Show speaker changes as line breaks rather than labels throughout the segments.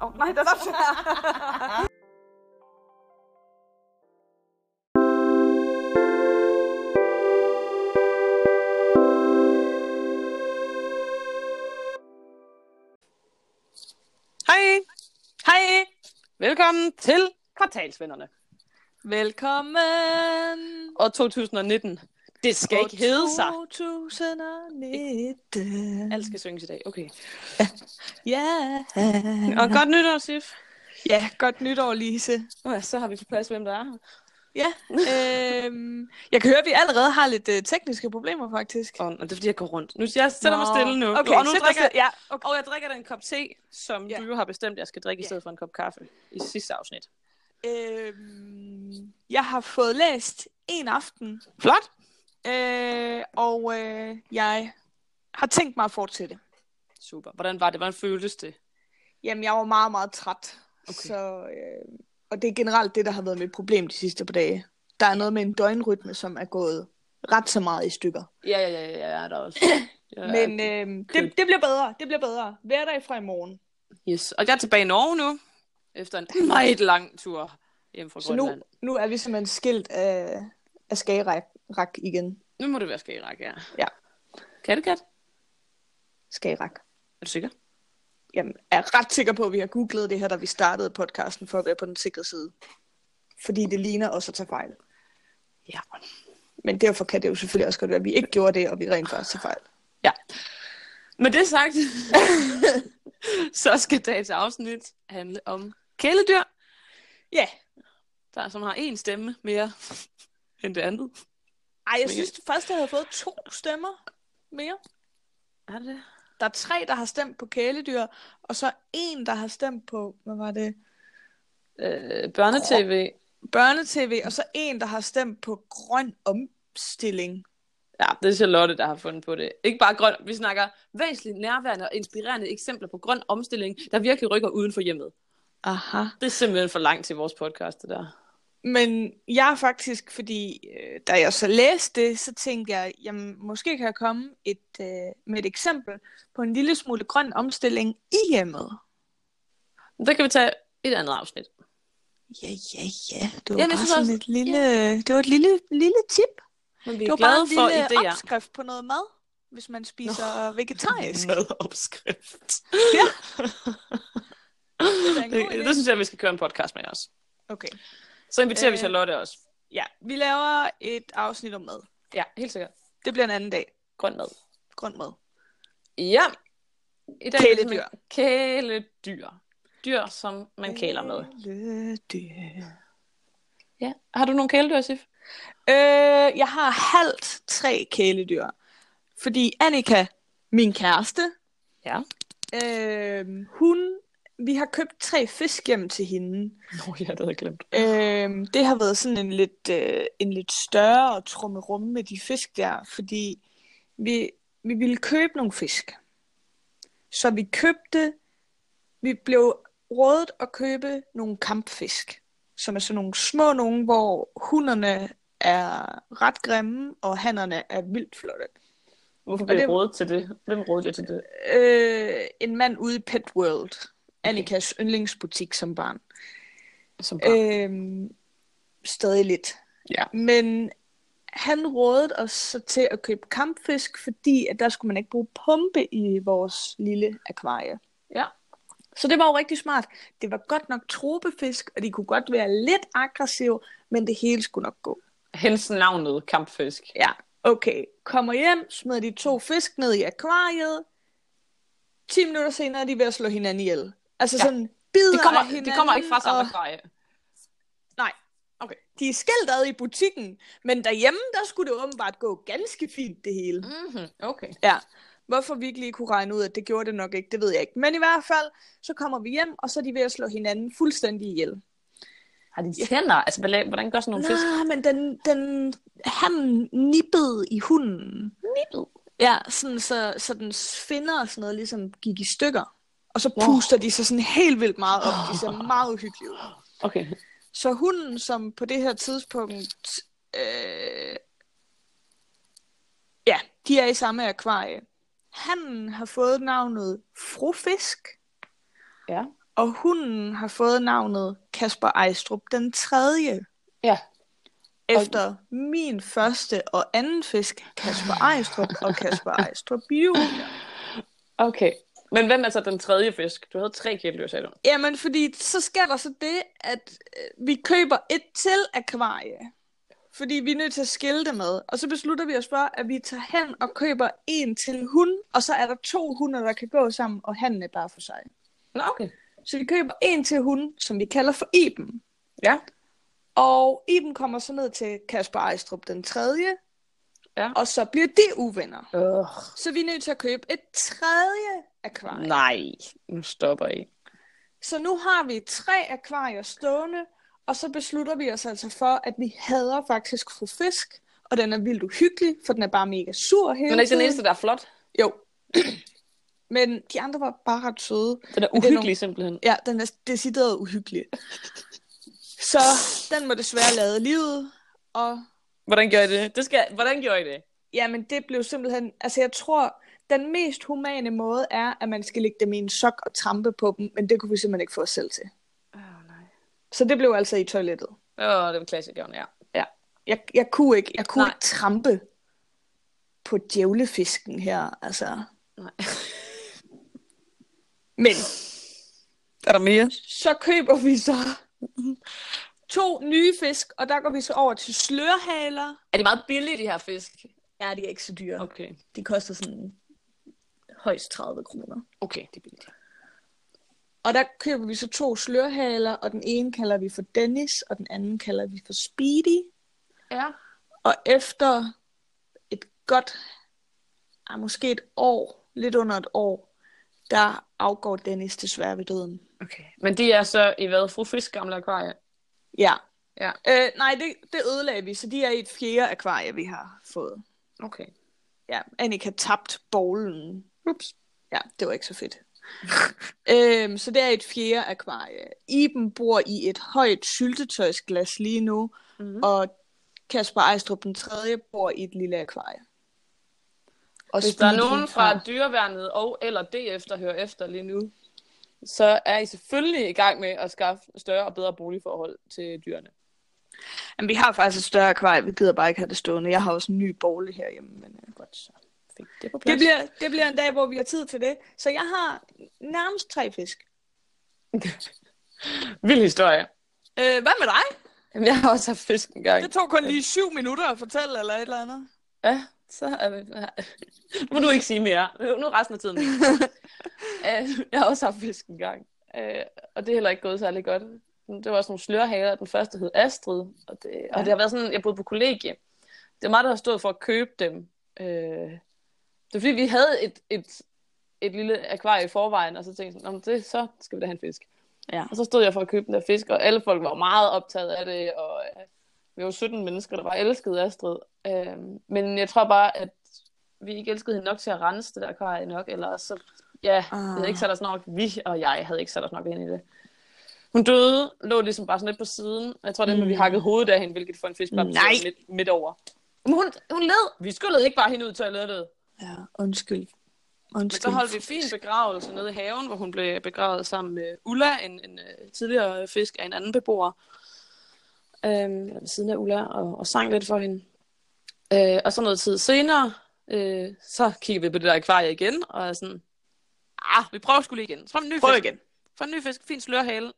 Oh, nej, der er der
Hej. Hej. Velkommen til Kvartalsvennerne.
Velkommen.
Og 2019. Det skal ikke hedde sig.
2019.
Alt skal synges i dag. Okay.
Ja.
Og godt nytår, Sif.
Ja, godt nytår, Lise.
Nå ja, så har vi på plads, hvem der er her.
Ja. øhm, jeg kan høre, at vi allerede har lidt øh, tekniske problemer, faktisk.
Åh, oh, det er fordi, jeg går rundt. Nu, jeg sætter mig
Nå.
stille nu.
Okay,
og nu
sæt dig
drikker,
stille. Ja,
okay. Og jeg drikker den kop te, som
Ja.
du jo har bestemt, jeg skal drikke i
Ja.
stedet for en kop kaffe i sidste afsnit.
Øhm, jeg har fået læst en aften,
Flot.
øh, og øh, jeg har tænkt mig at fortsætte.
Super. Hvordan var det? Hvordan føltes det?
Jamen, jeg var meget, meget træt.
Okay.
Okay. Så, øh, og det er generelt det, der har været mit problem de sidste par dage. Der er noget med en døgnrytme, som er gået ret så meget i stykker.
Ja, ja, ja, ja, jeg er der også. Jeg er-
Men øh, det, det bliver bedre, det bliver bedre. Hverdag fra i morgen.
Yes. Og jeg er tilbage i Norge nu, efter en meget lang tur hjem fra
Så
Grønland.
nu, nu er vi simpelthen skilt af, af Skagerak rak igen.
Nu må det være Skagerak, ja.
Ja.
Kattegat?
Skagerak.
Er du sikker?
Jamen, jeg er ret sikker på, at vi har googlet det her, da vi startede podcasten, for at være på den sikre side. Fordi det ligner også at tage fejl.
Ja.
Men derfor kan det jo selvfølgelig også godt være, at vi ikke gjorde det, og vi rent faktisk tager fejl.
Med det sagt, så skal dagens afsnit handle om kæledyr,
Ja,
der som har en stemme mere end det andet.
Ej, jeg
Men-
synes først, jeg havde fået to stemmer mere.
Er det
Der er tre, der har stemt på kæledyr, og så en, der har stemt på, hvad var det,
øh, børnetv?
børnetv, og så en, der har stemt på grøn omstilling.
Ja, det er Charlotte, der har fundet på det. Ikke bare grøn. Vi snakker væsentligt nærværende og inspirerende eksempler på grøn omstilling, der virkelig rykker uden for hjemmet.
Aha.
Det er simpelthen for langt til vores podcast, det der.
Men jeg er faktisk, fordi øh, da jeg så læste det, så tænkte jeg, jamen måske kan jeg komme et, øh, med et eksempel på en lille smule grøn omstilling i hjemmet.
Det kan vi tage i et andet afsnit.
Ja, ja, ja. Det var
Jamen, jeg
bare
synes
sådan
også-
et lille, det var et lille, lille tip.
Men vi
Det
er
var bare
glade
en
for
lille
idéer.
opskrift på noget mad, hvis man spiser Nå. vegetarisk.
Madopskrift.
Ja.
det,
da en god
det,
idé.
det synes jeg, vi skal køre en podcast med os.
Okay.
Så inviterer øh... vi
Øh.
Charlotte også.
Ja, vi laver et afsnit om mad.
Ja, helt sikkert.
Det bliver en anden dag.
Grøn mad.
Grøn mad.
Ja. I dag er det
Kæledyr.
med Kæledyr. Dyr, som man kæler med.
Kæledyr.
Ja. Har du nogle kæledyr, Sif?
Øh, jeg har halvt tre kæledyr. Fordi Annika, min kæreste,
Ja.
øh, hun, vi har købt tre fisk hjem til hende.
Nå, ja, det havde jeg glemt.
Øhm, det har været sådan en lidt, øh, en lidt større trummerum med de fisk der, fordi vi, vi ville købe nogle fisk. Så vi købte, vi blev rådet at købe nogle kampfisk, som er sådan nogle små nogle, hvor hunderne er ret grimme, og hannerne er vildt flotte.
Hvorfor
bliver jeg
rådet til det? Hvem rådede jeg til det?
Øh, en mand ude i Pet World, Annikas yndlingsbutik som barn.
Som barn.
Øhm, stadig lidt.
Ja.
Men han rådede os så til at købe kampfisk, fordi at der skulle man ikke bruge pumpe i vores lille akvarie.
Ja.
Så det var jo rigtig smart. Det var godt nok tropefisk, og de kunne godt være lidt aggressive, men det hele skulle nok gå.
Hens navnet kampfisk.
Ja, okay. Kommer hjem, smider de to fisk ned i akvariet. 10 minutter senere er de ved at slå hinanden ihjel. Altså
Ja.
ja. sådan bider
Det kommer,
af hinanden,
det kommer ikke fra samme
og-
akvarie.
De er skilt ad i butikken, men derhjemme, der skulle det åbenbart gå ganske fint, det hele.
Mm-hmm. Okay.
Ja. Hvorfor vi ikke lige kunne regne ud, at det gjorde det nok ikke, det ved jeg ikke. Men i hvert fald, så kommer vi hjem, og så er de ved at slå hinanden fuldstændig ihjel.
Har de tænder? Altså, hvad la- hvordan gør sådan nogle fisk?
Nå, men den, den, han nippede i hunden. Ja, sådan, så, så den finder og sådan noget ligesom gik i stykker. Og så
Wow.
puster de sig sådan helt vildt meget op. De ser meget uhyggelige ud.
Okay.
Så hunden, som på det her tidspunkt... Øh, ja, de er i samme akvarie. Han har fået navnet Frofisk,
Ja.
Og hunden har fået navnet Kasper Ejstrup den tredje.
Ja.
Efter min første og anden fisk, Kasper Ejstrup og Kasper Ejstrup Junior.
Okay. Men hvem er så den tredje fisk? Du havde tre kæledyr, sagde du.
Jamen, fordi så sker der så det, at øh, vi køber et til akvarie. Fordi vi er nødt til at skille det med. Og så beslutter vi os for, at vi tager hen og køber en til hun. Og så er der to hunder, der kan gå sammen, og hannen er bare for sig.
Nå, okay.
Så vi køber en til hun, som vi kalder for Iben.
Ja.
Og Iben kommer så ned til Kasper Ejstrup den tredje.
Ja.
Og så bliver de uvenner.
Øh,
Så vi er nødt til at købe et tredje akvarie.
nej. Nu stopper I.
Så nu har vi tre akvarier stående, og så beslutter vi os altså for, at vi hader faktisk fru fisk, og den er vildt uhyggelig, for den er bare mega sur hele
Men er ikke den
tiden.
eneste, der er flot?
Jo. Men de andre var bare ret søde.
Den er
Men det er
uhyggelig simpelthen.
Ja, den er decideret uhyggelig. Så den må desværre lade livet, og
Hvordan gjorde I det? det skal... Hvordan gjorde I det?
Jamen, det blev simpelthen... Altså, jeg tror, den mest humane måde er, at man skal lægge dem i en sok og trampe på dem, men det kunne vi simpelthen ikke få os selv til.
Åh, oh, nej.
Så det blev altså i toilettet.
Åh, oh, det var klassikeren, ja.
Jeg, jeg kunne ikke, jeg kunne
Nej.
ikke trampe på djævlefisken her, altså.
Nej.
Men
Er der mere?
så køber vi så to nye fisk, og der går vi så over til slørhaler.
Er de meget billige, de her fisk?
Ja, de er ikke så dyre.
Okay.
De koster sådan højst 30 kroner.
Okay, det er billigt.
Og der køber vi så to slørhaler, og den ene kalder vi for Dennis, og den anden kalder vi for Speedy.
Ja.
Og efter et godt, ah, måske et år, lidt under et år, der afgår Dennis desværre ved døden.
Okay. Men det er så i hvad? Fru Fisk gamle akvarie?
Ja.
Ja.
Øh, nej, det, det ødelagde vi, så de er i et fjerde akvarie, vi har fået.
Okay.
Ja, Annika tabt bowlen.
Ups.
Ja, det var ikke så fedt. øhm, så det er et fjerde akvarie. Iben bor i et højt syltetøjsglas lige nu,
Mhm.
mm-hmm. og Kasper Ejstrup den tredje bor i et lille akvarie. Og
Hvis der er
Speedy
nogen
har-
fra dyreværnet og eller DF, der hører efter lige nu, så er I selvfølgelig i gang med at skaffe større og bedre boligforhold til dyrene.
Jamen, vi har faktisk et større akvarie, vi gider bare ikke have det stående. Jeg har også en ny bolle herhjemme. Men, øh.
Godt, så fik det på plads.
det, bliver, det bliver en dag, hvor vi har tid til det. Så jeg har nærmest tre fisk.
Vild historie.
Øh, hvad med dig?
Jamen, jeg har også haft fisk engang.
Det tog kun lige syv minutter at fortælle, eller et eller andet.
Ja, så er vi... Nu må du ikke sige mere. Nu er resten af tiden. min. Øh, jeg har også haft fisk engang. Øh, Og det er heller ikke gået særlig godt. Det var også nogle slørhaler. Den første hed Astrid. Og det, og
Ja.
det har været sådan, jeg boede på kollegie. Det var mig, der har stået for at købe dem. Øh, Det var fordi, vi havde et, et, et lille akvarie i forvejen, og så tænkte jeg sådan, "Nå, men det, så skal vi da have en fisk.
Ja.
Og så stod jeg for at købe den der fisk, og alle folk var meget optaget af det, og øh, vi var 17 mennesker, der bare elskede Astrid. Øh, men jeg tror bare, at vi ikke elskede hende nok til at rense det der akvarie nok, eller også så, ja, vi
Ah.
havde ikke sat os nok, vi og jeg havde ikke sat os nok ind i det. Hun døde, lå ligesom bare sådan lidt på siden, og jeg tror, det er, med, at vi
Mm.
hakkede hovedet af hende, hvilket for en fisk bare
Nej.
midt, midt over. Men hun, hun led. Vi skyllede ikke bare hende ud i toilettet.
Ja, undskyld.
Men
Undskyld.
så holdt vi fin begravelse nede i haven, hvor hun blev begravet sammen med Ulla, en, en øh, tidligere fisk af en anden beboer. Øhm, ved siden af Ulla, og, og sang lidt for hende. Øh, og så noget tid senere, øh, så kigger vi på det der akvarie igen, og er sådan, ah, vi prøver skulle lige igen. Så får vi en ny fisk.
igen.
Får en ny fisk, fin slørhale,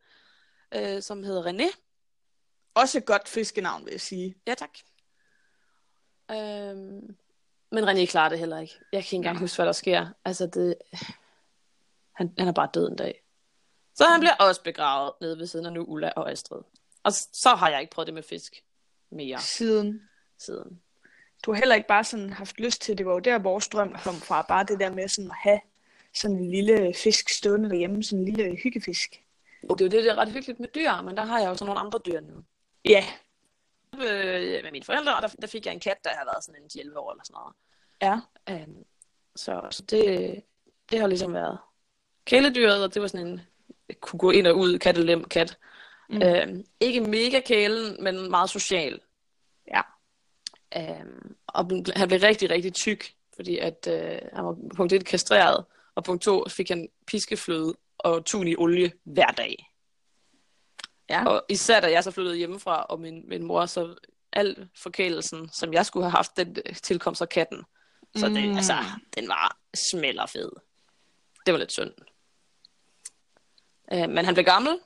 øh, som hedder René.
Også et godt fiskenavn, vil jeg sige.
Ja, tak. Øhm, men René klarer det heller ikke. Jeg kan ikke engang huske, hvad der sker. Altså, det... Han, han er bare død en dag. Så han bliver også begravet nede ved siden af nu Ulla og Astrid. Og s- så har jeg ikke prøvet det med fisk mere
Siden.
siden.
Du har heller ikke bare sådan haft lyst til, det var jo der, vores drøm kom fra. Bare det der med sådan at have sådan en lille fisk stående derhjemme, sådan en lille hyggefisk.
Og det er jo det, der er ret hyggeligt med dyr, men der har jeg jo sådan nogle andre dyr nu.
Ja.
Øh, med mine forældre, og der, der fik jeg en kat, der har været sådan en 11 år eller sådan noget.
Ja.
Øhm, så så det, det har ligesom været kæledyret, og det var sådan en, kunne gå ind og ud, kattelem, kat. Mm.
Mm.
Øhm, ikke mega kælen, men meget social.
Ja.
Øhm, og den- han blev rigtig, rigtig tyk, fordi at, øh, han var punkt 1 kastreret, og punkt 2 fik han piskefløde og tun i olie hver dag.
Ja.
Og især da jeg så flyttede hjemmefra, og min, min mor så al forkælelsen, som jeg skulle have haft, den øh, tilkom så katten. Så den,
Mm.
mm. altså, den var smellerfed. Det var lidt synd. Øh, men han blev gammel.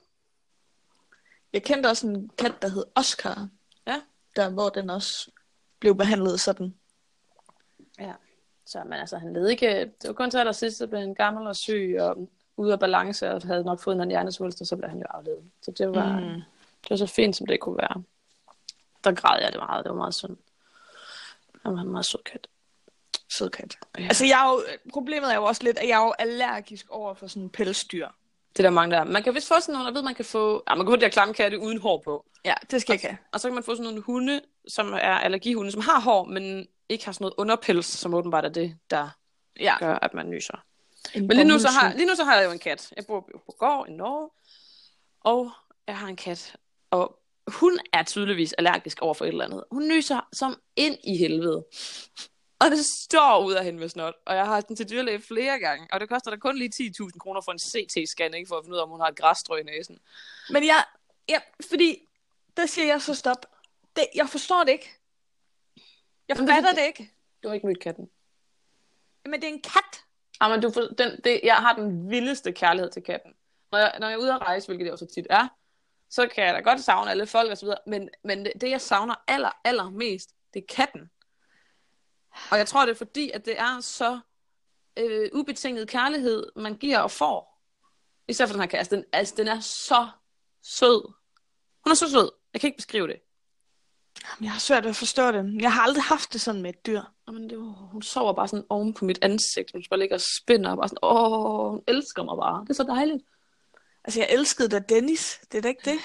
Jeg kendte også en kat, der hed Oscar.
Ja.
Der, hvor den også blev behandlet sådan.
Ja. Så men altså, han led ikke. Det var kun til allersidst, så blev han gammel og syg og ude af balance, og havde nok fået en hjernesvulst, og så blev han jo aflevet. Så det var, mm. det var så fint, som det kunne være. Der græd jeg det meget. Det var meget synd. Han var en meget sød kat.
Sød kat.
Ja.
Ja. Altså, jeg er jo, problemet er jo også lidt, at jeg er jo allergisk over for sådan pelsdyr.
Det er der mange, der er. Man kan vist få sådan nogle, jeg ved, man kan få... Ja, man kan få de der klamme katte uden hår på.
Ja, det skal jeg ikke have.
Og så kan man få sådan nogle hunde, som er allergihunde, som har hår, men ikke har sådan noget underpels, som åbenbart er det, der
Ja.
gør, at man nyser. Men lige nu, så har, lige nu så har jeg jo en kat. Jeg bor jo på gård i Norge, og jeg har en kat. Og hun er tydeligvis allergisk over for et eller andet. Hun nyser som ind i helvede. Og det står ud af hende med snot. Og jeg har haft den til dyrlæge flere gange. Og det koster da kun lige 10.000 kroner for en CT-scanning, for at finde ud af, om hun har et græsstrø i næsen.
Men jeg, ja, fordi, der siger jeg så stop. Det, jeg forstår det ikke. Jeg
Jamen, det er
fatter
fordi-
det ikke.
Du har ikke mødt katten.
Men det er en kat.
Ah, men du, for- den, det, jeg har den vildeste kærlighed til katten. Når jeg, når jeg er ude at rejse, hvilket jeg jo så tit er, så kan jeg da godt savne alle folk og så videre, men, men det, det, jeg savner aller, aller mest, det er katten. Og jeg tror, det er fordi, at det er så øh, ubetinget kærlighed, man giver og får. Især for den her kat. Altså, den, altså, den er så sød. Hun er så sød. Jeg kan ikke beskrive det.
Jamen, jeg har svært ved at forstå det. Jeg har aldrig haft det sådan med et dyr.
Jamen, det, var- hun sover bare sådan oven på mit ansigt. Hun bare ligger og spinner. Og bare sådan, åh, hun elsker mig bare. Det er så dejligt.
Altså, jeg elskede da Dennis. Det er da ikke det.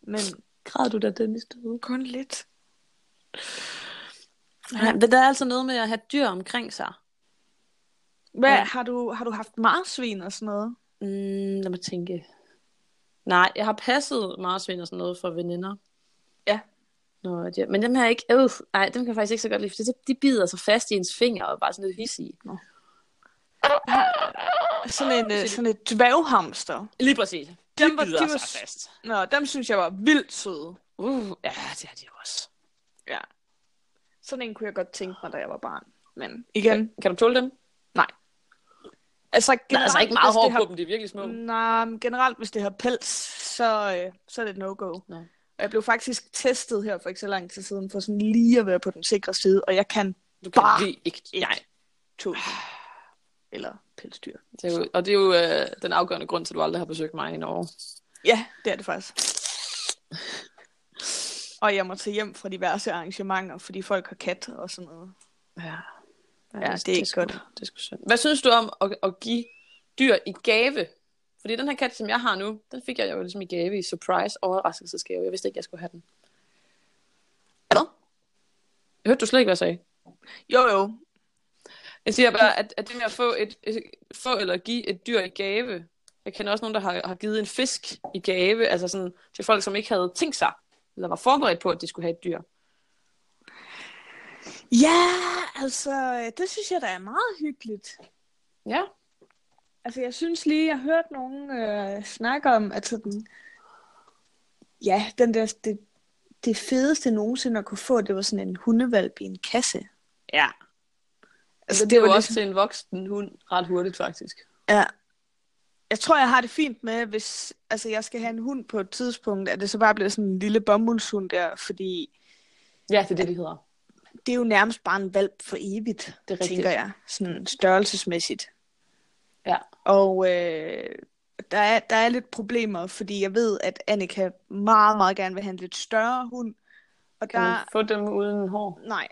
Men
Græd du da, Dennis, derude?
kun lidt.
Ja, men der er altså noget med at have dyr omkring sig.
Hvad,
Ja.
ja. har, du, har du haft marsvin og sådan noget?
Mm, lad mig tænke. Nej, jeg har passet marsvin og sådan noget for veninder.
Ja.
Nå, det, men dem her ikke... Øh, nej, dem kan jeg faktisk ikke så godt lide, for det- de bider sig fast i ens fingre og er bare sådan lidt hissige.
Sådan, en, øh, sådan et dværghamster.
Lige præcis. De
Dem var-
bider
de var
sig
s-
fast.
Nå, dem synes jeg var vildt søde.
Uh, ja, det er de jo også.
Ja. Sådan en kunne jeg godt tænke mig, da jeg var barn. Men igen,
Kan du tåle dem?
altså
Der er
generelt,
altså Mm. ikke meget
hvis det
hår
har-
på dem, de er virkelig små.
Nej, men generelt hvis det har pels, så, øh, så er det et no-go.
Nå.
Og jeg blev faktisk testet her for ikke så lang tid siden, for sådan lige at være på den sikre side, og jeg kan
Du kan
Bare
lige ikke.
ikke.
Nej.
to eller pelsdyr.
Det er jo, og det er jo øh, den afgørende grund til, at du aldrig har besøgt mig i Norge.
Ja, det er det faktisk. Og jeg må tage hjem fra diverse arrangementer, fordi folk har kat og sådan noget.
Ja.
Ja, det er ikke
sgu-
godt.
Det er sgu synd. Hvad synes du om at, at give dyr i gave? Fordi den her kat, som jeg har nu, den fik jeg jo ligesom i gave i surprise overraskelsesgave. Jeg vidste ikke, jeg skulle have den.
Hvad?
Hørte du slet ikke, hvad jeg sagde?
Jo, jo.
Jeg siger bare, at, at det med at få, et, et, få eller give et dyr i gave, jeg kender også nogen, der har, har givet en fisk i gave, altså sådan til folk, som ikke havde tænkt sig, eller var forberedt på, at de skulle have et dyr.
Ja, altså, øh, det synes jeg da er meget hyggeligt.
Ja,
Altså, jeg synes lige, jeg hørte nogen øh, snakke om, at sådan, ja, den der, det, det fedeste nogensinde at kunne få, det var sådan en hundevalp i en kasse.
ja. Altså, det,
det
det er jo
var ligesom-
også til en voksen hund ret hurtigt, faktisk.
Ja. Jeg tror, jeg har det fint med, hvis altså, jeg skal have en hund på et tidspunkt, at det så bare bliver sådan en lille bomuldshund der, fordi
Ja, det er det, de hedder.
det er jo nærmest bare en valp for evigt,
Det er rigtigt.
tænker jeg, sådan størrelsesmæssigt.
Ja.
Og øh, der, er, der er lidt problemer, fordi jeg ved, at Annika meget, meget gerne vil have en lidt større hund. Og
Kan man
der,
få dem uden hår?
nej.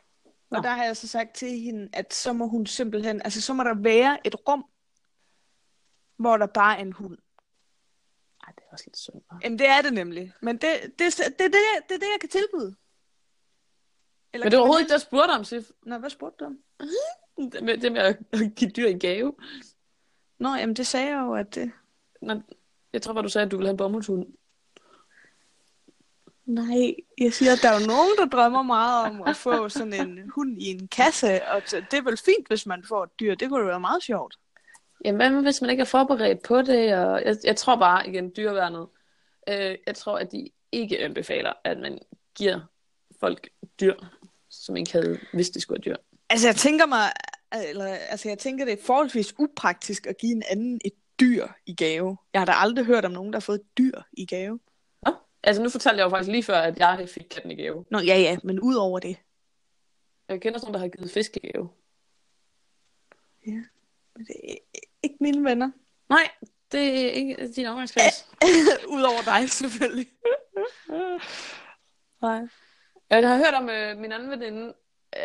Nå.
Og der har jeg så sagt til hende, at så må hun simpelthen, altså så må der være et rum, hvor der bare er en hund.
Nej, det er også lidt synd. hva'?
Jamen, det er det nemlig. Men det, det, det, det, det, det er det, jeg kan tilbyde. Eller
Men det var overhovedet ikke det, jeg spurgte om, Sif.
Nå, hvad spurgte du om?
Det med, det med at give dyr en gave.
Nå, jamen, det sagde jeg jo, at det...
Nå, jeg tror bare, du sagde, at du ville have en bomuldshund.
Nej, jeg siger, at der er jo nogen, der drømmer meget om at få sådan en hund i en kasse, og t- det er vel fint, hvis man får et dyr. Det kunne da være meget sjovt.
Jamen, hvad nu, hvis man ikke er forberedt på det? Og jeg, jeg tror bare, igen, dyreværnet. Øh, jeg tror, at de ikke anbefaler, at man giver folk dyr, som ikke havde, hvis de skulle have dyr.
Altså, jeg tænker mig, eller, altså, jeg tænker, det er forholdsvis upraktisk at give en anden et dyr i gave. Jeg har da aldrig hørt om nogen, der har fået et dyr i gave.
Nå, altså nu fortalte jeg jo faktisk lige før, at jeg fik katten i gave.
Nå, ja, ja, men ud over det.
Jeg kender sådan, der har givet fisk i gave.
Men det er ikke mine venner.
Nej, det er ikke din omgangskreds.
Udover dig, selvfølgelig.
Nej. Jeg har hørt om øh, min anden veninde. Øh,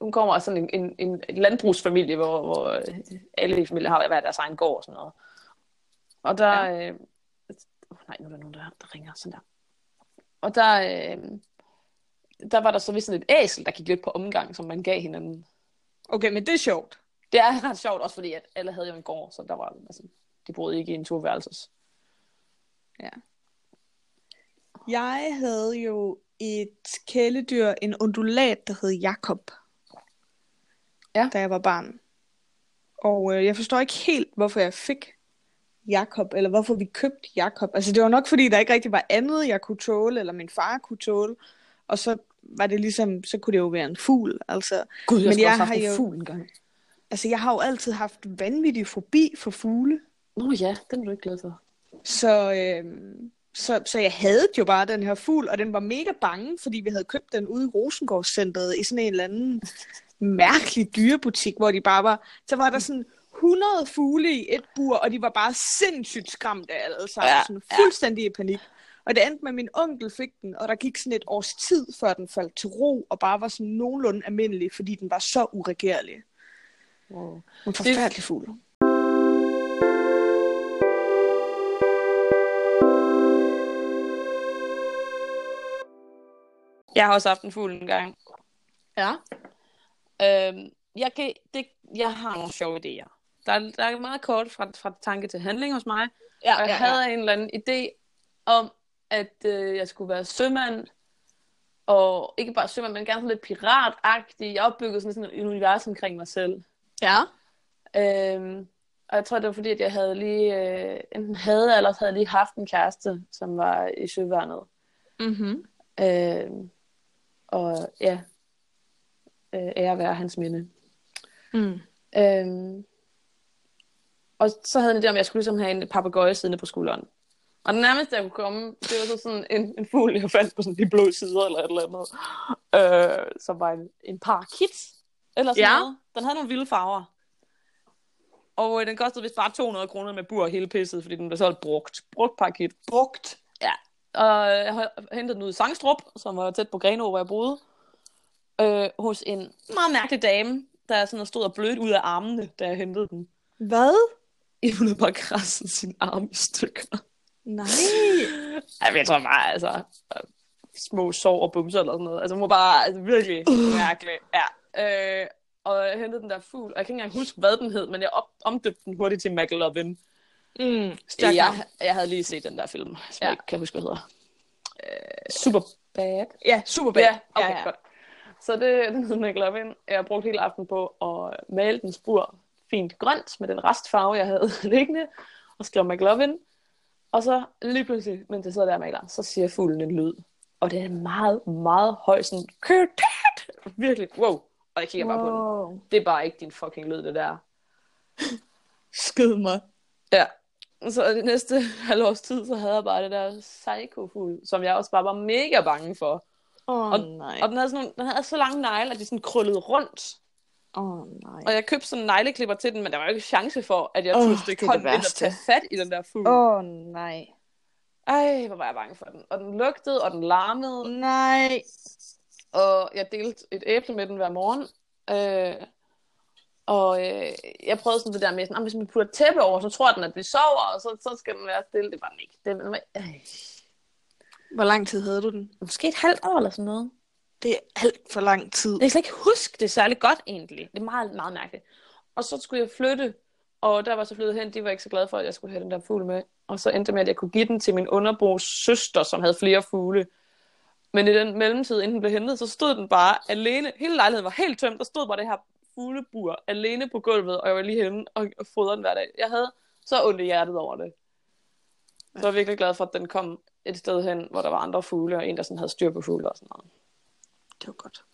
hun kommer af sådan en, en, en landbrugsfamilie, hvor, hvor øh, alle i familien har hver deres egen gård og sådan noget. Og der... Ja. Øh, oh, nej, nu er der nogen, der, der ringer sådan der. Og der... Øh, der var der så vist sådan et æsel, der gik lidt på omgang, som man gav hinanden.
Okay, men det er sjovt.
Det er ret sjovt også, fordi at alle havde jo en gård, så der var, altså, de boede ikke i en toværelses.
Jeg havde jo et kæledyr, en undulat, der hed Jakob.
Ja.
Da jeg var barn. Og øh, jeg forstår ikke helt, hvorfor jeg fik Jakob, eller hvorfor vi købte Jakob. Altså det var nok, fordi der ikke rigtig var andet, jeg kunne tåle, eller min far kunne tåle. Og så var det ligesom, så kunne det jo være en fugl. Altså,
Gud, jeg
Men
men
jeg
skulle jeg også
har
have haft en
jo-
fugl engang.
altså jeg har jo altid haft vanvittig fobi for fugle.
Nå ja, den er du ikke glad for.
Så, øh, så, så jeg havde jo bare den her fugl, og den var mega bange, fordi vi havde købt den ude i Rosengårdscentret i sådan en eller anden mærkelig dyrebutik, hvor de bare var... Så var der sådan 100 fugle i et bur, og de var bare sindssygt skræmt af alle sammen.
Ja,
Ja, sådan fuldstændig i panik. Og det endte med, at min onkel fik den, og der gik sådan et års tid, før den faldt til ro, og bare var sådan nogenlunde almindelig, fordi den var så uregerlig.
Wow.
En forfærdelig fugl.
Jeg har også haft en fugl engang.
Ja.
Øhm, jeg, kan, det, jeg har nogle sjove idéer. Der, der er meget kort fra, fra tanke til handling hos mig.
Ja,
Og jeg
ja, ja.
havde en eller anden idé om, at øh, jeg skulle være sømand. Og ikke bare sømand, men gerne sådan lidt piratagtig. Jeg opbyggede sådan, sådan et univers omkring mig selv.
ja.
Øhm, og jeg tror, det var fordi, at jeg havde lige, øh, enten havde eller også havde lige haft en kæreste, som var i søværnet. Mhm.
Mm-hmm.
Øhm, og ja, øh, ære være hans minde.
Mm.
Øhm, og så havde den det om, at jeg skulle ligesom have en papegøje siddende på skulderen. Og den nærmeste, jeg kunne komme, det var så sådan en, en fugl, jeg fandt på sådan de blå sider eller et eller andet. Øh, som var en, en parakit. Eller sådan
Ja.
ja. noget. Den havde nogle vilde farver. Og øh, den kostede vist bare 200 kroner med bur og hele pisset, fordi den blev solgt brugt. Brugt parakit.
Brugt.
Og øh, jeg hentede den ud i Sangstrup, som var tæt på Grenå, hvor jeg boede. Øh, hos en meget mærkelig dame, der sådan stod og blødt ud af armene, da jeg hentede den.
Hvad?
Hun havde bare krasset sin arm i stykker.
Nej.
Ej, men jeg tror bare, altså, øh, små sår og bumser eller sådan noget. Altså, hun var bare altså, virkelig mærkelig. Ja. Øh, og jeg hentede den der fugl, og jeg kan ikke engang huske, hvad den hed, men jeg op- omdøbte den hurtigt til McLovin.
Mm, stærk
Jeg,
ja.
jeg havde lige set den der film, som ja.
Ja.
jeg ikke kan huske, hvad hedder. Øh, Super bad.
ja, super bad.
Ja, okay, ja, ja. godt. Så det, den hed McLovin. Jeg brugte hele aftenen på at male den spur fint grønt med den restfarve, jeg havde liggende, og skrev McLovin. Og så lige pludselig, mens jeg sidder der og maler, så siger fuglen en lyd. Og det er meget, meget høj, sådan, "Kyrtat!" Virkelig, wow. Og jeg kigger bare på den.
Wow.
Det er bare ikke din fucking lyd, det der.
Skid mig.
Ja. Så det næste halvårs tid, så havde jeg bare det der psykofugl, som jeg også bare var mega bange for.
Åh oh, nej.
Og den havde, sådan nogle, den havde så lange negle, at de sådan krøllede rundt.
Åh oh, nej.
Og jeg købte sådan en negleklipper til den, men der var jo ikke chance for, at jeg
Åh,
tog et
det er
stykke
det
hånd ind og
værste.
tage fat i den der fugl. Oh.
Åh oh, nej.
Ej, hvor var jeg bange for den. Og den lugtede, og den larmede,
Nej.
og jeg delte et æble med den hver morgen. Øh, og øh, jeg prøvede sådan det der med, sådan, "Ah, hvis man putter et tæppe over, så tror den, at vi sover, og så, så skal den være stille. Det var den ikke. Det, den var, øh,
Hvor lang tid havde du den?
måske et halvt år eller sådan noget.
Det er alt for lang tid.
Jeg kan slet ikke huske det særlig godt egentlig. Det er meget, meget mærkeligt. Og så skulle jeg flytte, og der var så flyttet hen, de var ikke så glade for, at jeg skulle have den der fugl med. Og så endte det med, at jeg kunne give den til min underbrugs søster, som havde flere fugle. Men i den mellemtid, inden den blev hentet, så stod den bare alene. Hele lejligheden var helt tømt, der stod bare det her fuglebur alene på gulvet, og jeg var lige henne og og fodrede den hver dag. Jeg havde så ondt i hjertet over det. Så jeg var virkelig glad for, at den kom et sted hen, hvor der var andre fugle, og en, der sådan havde styr på fugle og sådan noget.
Det var godt.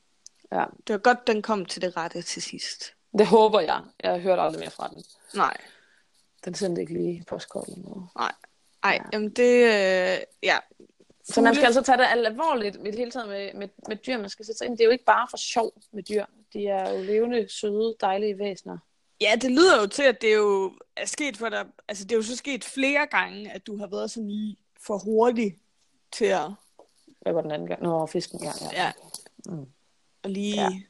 Ja,
Det var godt, den kom til det rette til sidst.
det håber jeg. Jeg hørte aldrig mere fra den.
Nej,
Den sendte ikke lige postkort eller noget.
nej. Ej, ja. jamen det... Øh, ja.
Så man
Fugle-
skal altså tage det alvorligt i det hele taget med, med, med dyr. Man skal sætte sig ind. Det er jo ikke bare for sjov med dyr. De er jo levende, søde, dejlige væsener.
Ja, det lyder jo til, at det jo er sket for dig. Altså, det er jo så sket flere gange, at du har været sådan lige for hurtig til at,
Hvad var den anden gang? Nå, fisken, ja. ja.
ja,
Mm.
at lige
Ja.
ja.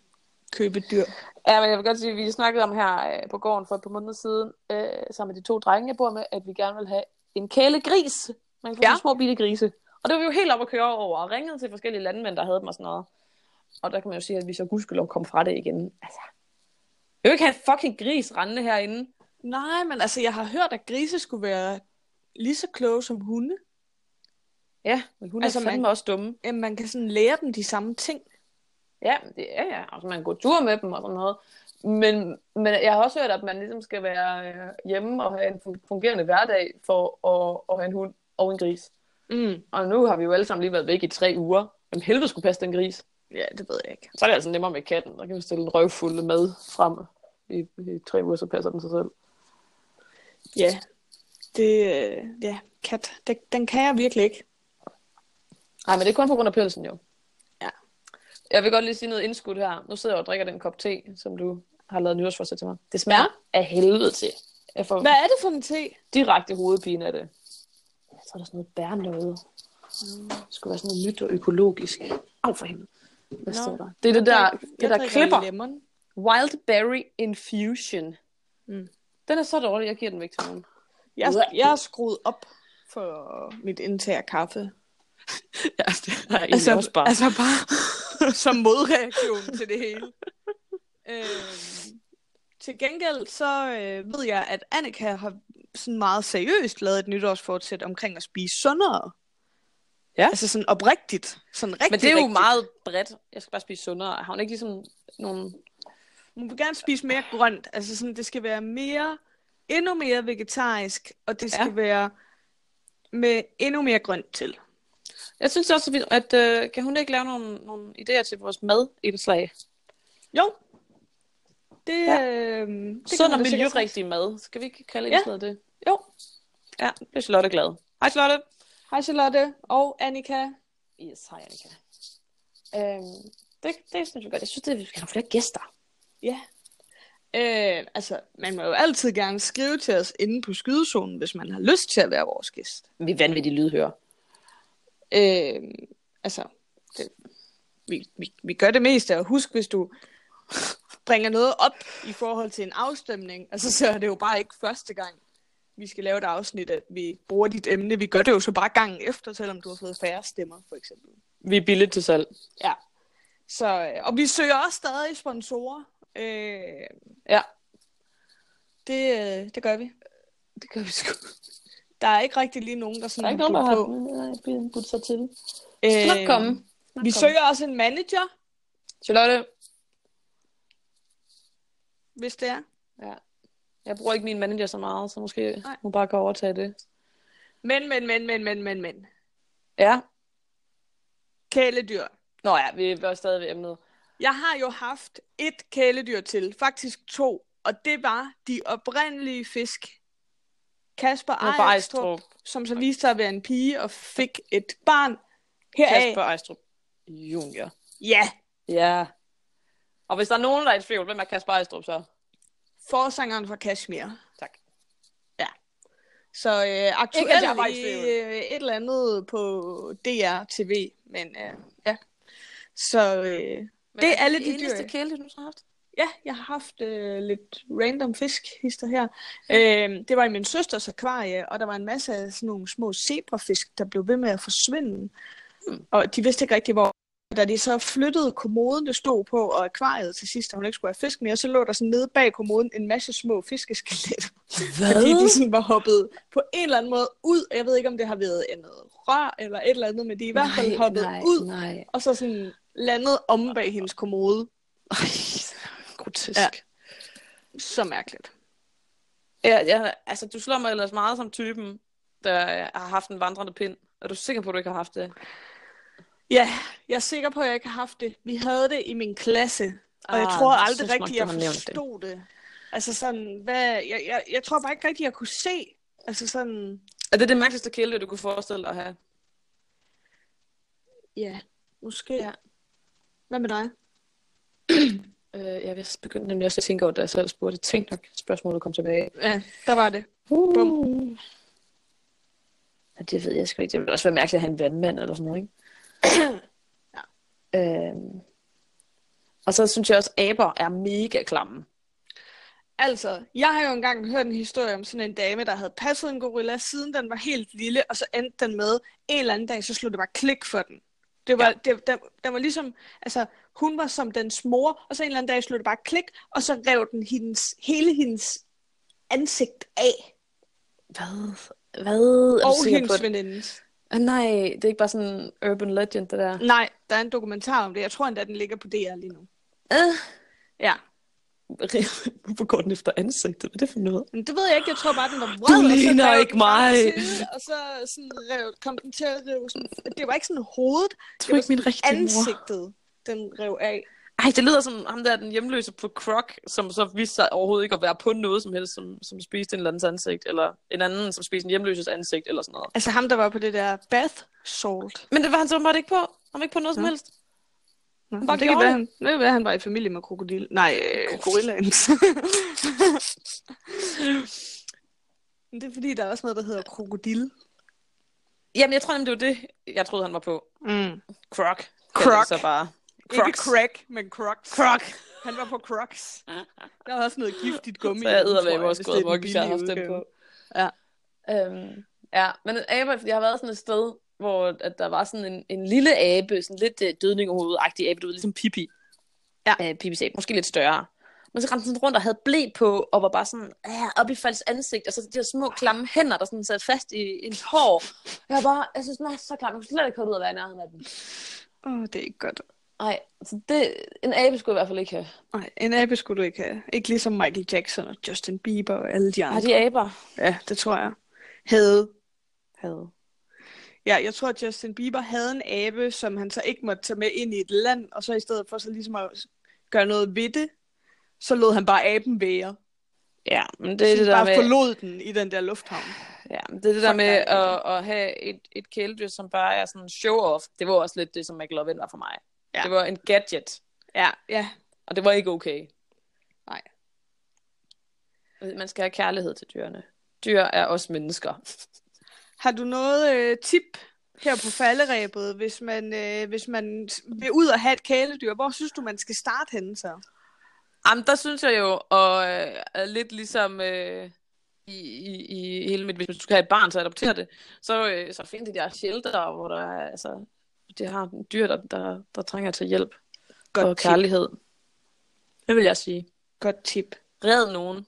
købe et dyr.
ja men jeg vil godt sige, at vi snakkede om her øh, på gården for et par måneder siden, øh, sammen med de to drenge, jeg bor med, at vi gerne vil have en kælegris. Man kan få
Ja.
ja. små bitte grise. Og det var vi jo helt op at køre over, og ringede til forskellige landmænd, der havde dem og sådan noget. Og der kan man jo sige, at vi så gudskelov kom fra det igen. Altså, jeg vil ikke have en fucking gris rendende herinde.
Nej, men altså, jeg har hørt, at grise skulle være lige så kloge som hunde.
Ja, men hun er
Altså,
altså,
man-
fandme også dumme.
Jamen, man kan sådan lære dem de samme ting.
Ja, det er ja. Altså, man går tur med dem og sådan noget. Men, men jeg har også hørt, at man ligesom skal være øh, hjemme og have en fun- fungerende hverdag for at, at have en hund og en gris.
Mm.
Og nu har vi jo alle sammen lige været væk i tre uger. Hvem helvede skulle passe den gris?
Ja, det ved jeg ikke.
Så er det altså nemmere med katten. Der kan vi stille en røvfulde med frem i, i tre uger, så passer den sig selv.
Ja, det, øh, ja, kat, det, den kan jeg virkelig ikke.
Nej, men det er kun på grund af pølsen jo.
Ja.
Jeg vil godt lige sige noget indskudt her. Nu sidder jeg og drikker den kop te, som du har lavet nyårsforsæt til mig. Det smager ja. af helvede til. Jeg får
Hvad er det for en te?
direkte hovedpine af det. Jeg tror, der er sådan noget bær noget. Det skulle være sådan noget nyt og økologisk. Au for hende. Hvad
Nå.
står der? Det er det der, det der klipper.
Lemon.
Wildberry Infusion.
Mm.
Den er så dårlig, jeg giver den væk til nogen.
Jeg,
Uah.
jeg er skruet op for mit indtag af kaffe.
Ja, det er
Altså, også bare. altså bare som modreaktion til det hele. øhm, til gengæld så øh, ved jeg, at Annika har sådan meget seriøst lavet et nytårsfortsæt omkring at spise sundere.
Ja.
Altså sådan oprigtigt. Sådan rigtig,
Men det er jo
rigtigt.
meget bredt. Jeg skal bare spise sundere. Har hun ikke ligesom nogle...
Hun vil gerne spise mere grønt. Altså sådan, det skal være mere, endnu mere vegetarisk, og det skal ja.
Ja.
være med endnu mere grønt til.
Jeg synes også, at vi- at øh, kan hun ikke lave nogle, nogle idéer til vores mad i det slag?
Jo. Det,
Ja.
ja. øh, det
Sund
kan
og
man da sikkert sige.
miljørigtig mad. Skal vi ikke kalde
Ja.
indslaget det? Jo. Ja, det er Charlotte glad. Hej Charlotte.
Hej Charlotte og Annika.
Yes, hej Annika. Øhm, det, det synes jeg godt. Jeg synes, det, vi skal have flere gæster.
Ja. Øh, altså, man må jo altid gerne skrive til os inde på skydezonen, hvis man har lyst til at være vores gæst.
Vi er vanvittige lydhører.
Øh, altså, det, vi, vi, vi gør det meste, og husk, hvis du bringer noget op i forhold til en afstemning, altså, så er det jo bare ikke første gang, vi skal lave et afsnit, at vi bruger dit emne. Vi gør det jo så bare gangen efter, selvom du har fået færre stemmer, for eksempel.
Vi er billigt til salg.
Ja. Så, øh, og vi søger også stadig sponsorer. Øh,
Ja,
det, øh, det gør vi.
det gør vi sgu.
Der er ikke rigtig lige nogen, der sådan
Der Mm, er ikke nogen, der
budt
har
på.
øh, budt sig til.
Øh,
Snart komme. Snart
Vi
komme.
søger også en manager,
Charlotte,
hvis det er.
jeg bruger ikke min manager så meget, så måske
Nej.
hun bare kan overtage det.
Men, men, men, men, men, men, men.
Ja.
Kæledyr.
Nå ja, vi er stadig ved emnet.
Jeg har jo haft et kæledyr til, faktisk to, og det var de oprindelige fisk. Kasper
Nu på
Ejstrup, Ejstrup,
Ejstrup.
som så viste sig at være en pige og fik et barn heraf.
Kasper Ejstrup Junior.
Ja,
Ja. Og hvis der er nogen, der er i tvivl, hvem er Kasper Ejstrup så?
forsangeren fra Kashmir.
Tak.
Så øh, aktuelt
Ikke, at jeg var i
i
tvivl.
øh, et eller andet på DR TV, men øh, ja. Så øh,
Men
Det er alle de dyr,
eneste
ja.
kæledyr, du har haft.
ja, jeg har haft øh, lidt random fiskhister her. Øh, det var i min søsters akvarie, og der var en masse af sådan nogle små zebrafisk, der blev ved med at forsvinde.
Hmm.
Og de vidste ikke rigtig, hvor. Da de så flyttede kommoden, det stod på, og akvariet til sidst, da hun ikke skulle have fisk mere, så lå der sådan nede bag kommoden en masse små fiskeskeletter. Fordi de sådan var hoppet på en eller anden måde ud. Jeg ved ikke, om det har været en noget rør eller et eller andet, men de er i hvert fald hoppet
nej,
ud,
Nej,
og så sådan landet om bag hendes kommode.
Ej, grotesk.
Ja.
Ja.
Så mærkeligt.
Ja, ja, altså, du slår mig ellers meget som typen, der har haft en vandrende pind. Er du sikker på, at du ikke har haft det?
Ja, jeg er sikker på, at jeg ikke har haft det. Vi havde det i min klasse, og jeg
Ah,
tror
jeg
aldrig
synes nok,
rigtigt, jeg
du har nævnt det.
forstod det. Altså sådan, hvad, jeg, jeg, jeg tror bare ikke rigtigt, jeg kunne se. Altså sådan,
Er det det mærkeligste kæledyr, du kunne forestille dig at have?
ja, måske.
Ja.
Hvad med dig?
Øh, jeg vil begynde nemlig også at tænke over, da jeg selv spurgte. Tænk nok, spørgsmålet kom tilbage.
Ja, der var det.
Uh. Ja, det ved jeg sgu ikke. Det ville også være mærkeligt at have en vandmand eller sådan noget, ikke?
Ja.
Øhm. Og så synes jeg også, at aber er mega klamme.
Altså, jeg har jo engang hørt en historie om sådan en dame, der havde passet en gorilla, siden den var helt lille, og så endte den med, en eller anden dag, så slog det bare klik for den. Det var, ja. det, den, den var ligesom, altså, hun var som dens mor, og så en eller anden dag slog det bare klik, og så rev den hendes, hele hendes ansigt af,
Hvad? Hvad? Er du
og
sikker på
hendes
det?
venindes.
Ah, nej, det er ikke bare sådan en urban legend, det der.
Nej, der er en dokumentar om det. Jeg tror endda, den ligger på DR lige nu.
Øh.
Ja,
Hvorfor går den efter ansigtet? Hvad er det for noget?
men det ved jeg ikke. Jeg tror bare, den var vred. og så
ligner
rev den
ikke
fra
mig.
side, Og så sådan rev, kom den til at rive sådan, det var ikke sådan hovedet,
Det er jo ikke min rigtige mor.
ansigtet, den rev af.
Ej, det lyder som ham der, den hjemløse på Croc, som så viste sig overhovedet ikke at være på noget som helst, som, som spiste en eller andens ansigt, eller en anden, som spiste en hjemløses ansigt, eller sådan noget.
Altså ham, der var på det der bath salt.
Men det var han så åbenbart ikke på. Han var ikke på noget som
Nå.
helst.
Nå,
bare
men det, kan
gjorde
være,
det.
han, det kan være, han var i familie med krokodil. Nej, øh, gorillaen. Men det er fordi, der er også noget, der hedder krokodil.
Jamen, jeg tror nemlig, det var det, jeg troede, han var på.
Mm.
Croc.
Croc.
Croc. Så bare.
Ikke
Crocs.
crack, men crocs.
Croc.
Han var på crocs. Der var også noget giftigt gummi.
Så jeg
i den,
æder med
tror
vores
hvis det er
skåret
den
mok, hvis jeg har haft
billige
dem på.
udgave. Ja.
Øhm, ja, men en abe, fordi jeg har været sådan et sted, hvor at der var sådan en, en lille abe, sådan lidt øh, dødningehovedet-agtig abe, du ved, ligesom Pippi.
Ja.
Øh, Pippis abe, måske lidt større. Men så rendte den sådan rundt og havde blæ på, og var bare sådan øh, op i folks ansigt, og så de her små klamme hænder, der sådan sat fast i en hår. Jeg var bare, jeg synes, den er så klam, jeg kunne slet ikke holde ud at være i nærheden af den.
Åh, oh, det er ikke godt.
Nej, så det, en abe skulle jeg i hvert fald ikke have.
Nej, en abe skulle du ikke have. Ikke ligesom Michael Jackson og Justin Bieber og alle de andre.
Har de aber?
Ja, det tror jeg. Havde. Havde. Ja, jeg tror, at Justin Bieber havde en abe, som han så ikke måtte tage med ind i et land, og så i stedet for så ligesom at gøre noget ved det, så lod han bare aben være.
Ja, men
Det
det er det der
bare
med...
forlod den i den der lufthavn.
Ja, men det er det der
Folk,
med
der er
at, at have et, et kæledyr, som bare er sådan show-off. Det var også lidt det, som McLovin var for mig.
Ja.
Ja. Det var en gadget,
Ja, ja.
og det var ikke okay. Øh,
Nej.
Man skal have kærlighed til dyrene. Dyr er også mennesker.
Har du noget øh, tip her på falderæbet, hvis man, øh, hvis man s- vil ud og have et kæledyr? Hvor synes du, man skal starte henne så?
Jamen, der synes jeg jo, og øh, er lidt ligesom øh, i, i, i hele mit, hvis du skal have et barn, så adopter det, så, øh, så find de der shelter, hvor der er, altså, det har dyr, der, der, der trænger til hjælp og
tip.
kærlighed. Det vil jeg sige.
Godt tip.
Red nogen.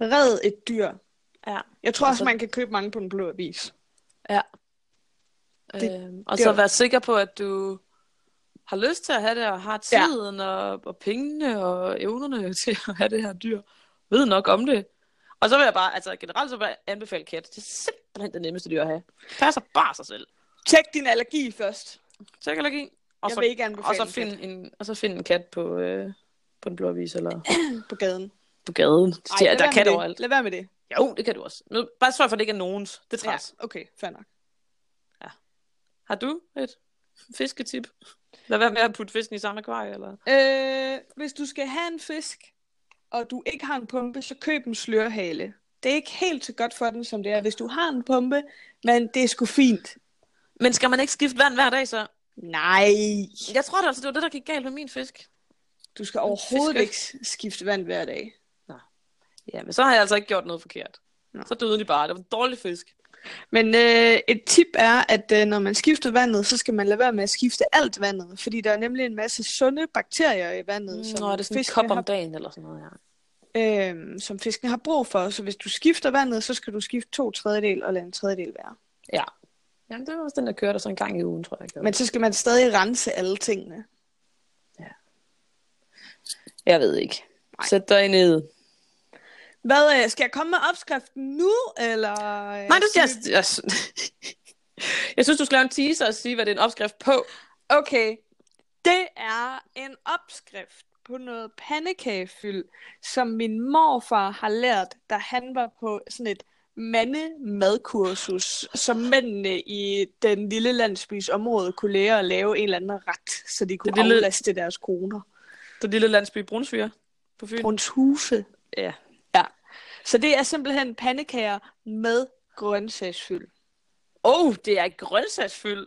Red et dyr.
Ja.
Jeg tror også,
Altså-
man kan købe mange på den blå avis. Det-
Det, øhm, og
det
så
er-
være sikker på, at du har lyst til at have det, og har tiden ja. og, og pengene og evnerne til at have det her dyr. Ved nok om det. Og så vil jeg bare, altså generelt så vil jeg anbefale kat. Det er simpelthen det nemmeste dyr at have. Passer bare sig selv.
Tjek din allergi først.
Tjek allergi. Og
jeg
så,
vil ikke
og
anbefale
så find en, og så find en kat på, øh, på en blå avis eller
på gaden.
på gaden. Ej, der er kat overalt.
Lad være med det.
Jo, det kan du også. Nu, bare sørg for, at det ikke er nogens. Det
Ja,
er træls. Ja.
okay, fair nok.
Har du et fisketip? Lad være med at putte fisken i samme akvarie, eller?
Øh, hvis du skal have en fisk, og du ikke har en pumpe, så køb en slørhale. Det er ikke helt så godt for den, som det er, hvis du har en pumpe, men det er sgu fint.
Men skal man ikke skifte vand hver dag, så?
Nej,
Jeg tror da altså, det var det, der gik galt med min fisk.
du skal overhovedet
Fisker.
ikke skifte vand hver dag.
Ja, men så har jeg altså ikke gjort noget forkert.
Nå.
Så døde de bare. Det var en dårlig fisk.
Men øh, et tip er, at øh, når man skifter vandet, så skal man lade være med at skifte alt vandet, fordi der er nemlig en masse sunde bakterier i vandet, som,
Mm, Nå, er det sådan en
fiskene
kop
har
om dagen eller sådan noget, ja.
øh, som fiskene har brug for. Så hvis du skifter vandet, så skal du skifte to tredjedel og lade en tredjedel være.
Ja. Jamen, det var også den, der kørte så en gang i ugen, tror jeg. Men...
Men så skal man stadig rense alle tingene.
Jeg ved ikke. Sæt dig ned.
Hvad, øh, skal jeg komme med opskriften nu, eller... øh,
Nej, du skal...
skal vi-
Jeg, jeg, jeg synes, du skal lave en teaser og sige, hvad det er en opskrift på.
Okay, det er en opskrift på noget pandekagefyld, som min morfar har lært, da han var på sådan et mandemadkursus, som mændene i den lille landsbys område kunne lære at lave en eller anden ret, så de kunne
lille-
lille... aflaste deres koner.
Den lille landsby Brunsviger på Fyn.
Brunshuse.
Ja.
Ja. Så det er simpelthen pandekager med grøntsagsfyld.
Åh, oh, det er grøntsagsfyld.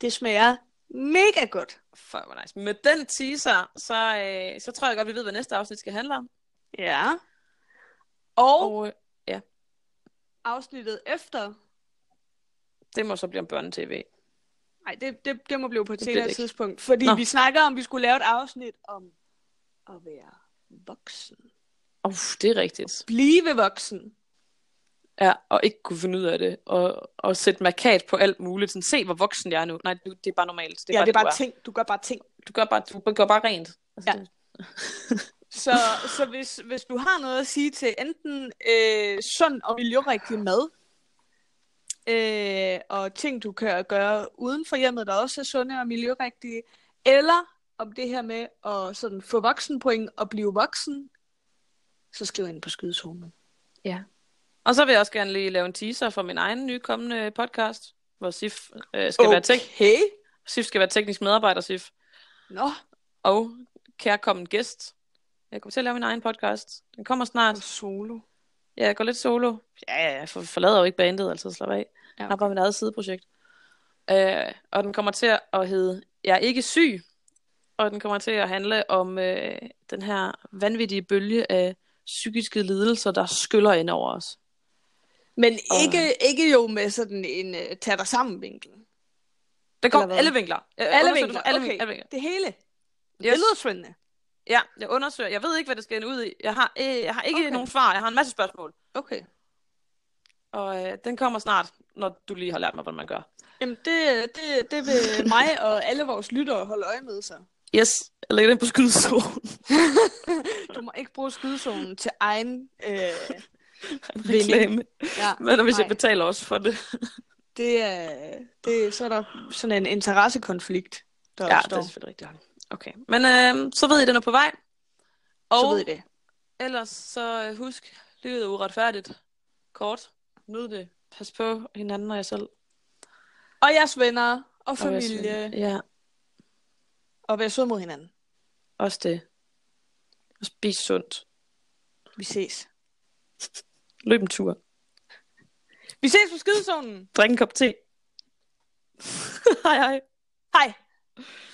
Det smager mega godt.
Fuck, hvor nice. Med den teaser, så, øh, så tror jeg godt, vi ved, hvad næste afsnit skal handle om.
Ja. Og
Og øh,
afsnittet efter
det må så blive om børnetv.
Nej, det, det, det må blive på et
Det bliver
senere
det ikke.
tidspunkt. Fordi
Nå.
Nå. vi snakker om, vi skulle lave et afsnit om at være voksen.
Uff, det er rigtigt.
Blive voksen.
Ja, og ikke kunne finde ud af det. Og, og sætte markat på alt muligt. Sådan, se, hvor voksen jeg er nu. Nej, du, det er bare normalt. Det
Det ja, det er bare
du,
ting. Du gør bare ting.
er. du gør bare, du gør bare rent. Altså,
Ja.
det-
Så, så hvis, hvis du har noget at sige til enten øh, sund og miljørigtig mad, øh, og ting, du kan gøre uden for hjemmet, der også er sunde og miljørigtige, eller om det her med at sådan få voksenpoint og blive voksen, så skriv ind på skydezonen.
Og så vil jeg også gerne lige lave en teaser for min egen nye kommende podcast, hvor Sif øh,
Oh.
skal, okay. være tek-
Okay.
Sif skal være teknisk medarbejder, Sif.
Nå,
Og kærkommen gæst. Jeg kommer til at lave min egen podcast. Den kommer snart.
solo.
Ja, jeg går lidt solo. Ja, ja, jeg for- forlader jo ikke bandet, altså slap af.
Ja,
Jeg har bare mit eget sideprojekt. Øh, og den kommer til at hedde Jeg er ikke syg. Og den kommer til at handle om øh, den her vanvittige bølge af psykiske lidelser, der skyller ind over os.
Men ikke, ikke jo med sådan en uh, tag dig sammen vinkel.
Der kommer
Eller hvad?
alle vinkler. Jeg
Alle
undersøger det
vinkler,
fra alle,
okay.
alle vinkler.
Det hele. Yes. Det
Yes.
lyder spændende.
Ja, jeg undersøger. Jeg ved ikke, hvad det skal ende ud i. Jeg har, øh, jeg har ikke okay.
Okay.
nogen svar. Jeg har en masse spørgsmål.
Okay.
Og øh, den kommer snart, når du lige har lært mig, hvordan man gør.
Jamen, det, det, det vil mig og alle vores lyttere holde øje med så.
Yes, jeg lægger den på skydesolen.
Du må ikke bruge skydezonen til egen... Øh,
Reklame.
ja,
Men hvis jeg
Nej.
betaler også for det.
det er, det, så er der sådan en interessekonflikt, der
Ja, det
opstår.
er selvfølgelig rigtigt. Okay. Men øh, så ved I, den er på vej. Og
Så ved I det.
ellers så øh, husk, livet er uretfærdigt. Kort. Nyd det. Pas på hinanden og jer selv.
Og jeres venner og
Og jeres
familie,
venner. Ja,
og vær sød mod hinanden.
også det. Og spis sundt.
Vi ses.
Løb en tur.
Vi ses på skydezonen.
Drik en kop te. hej hej.
Hej.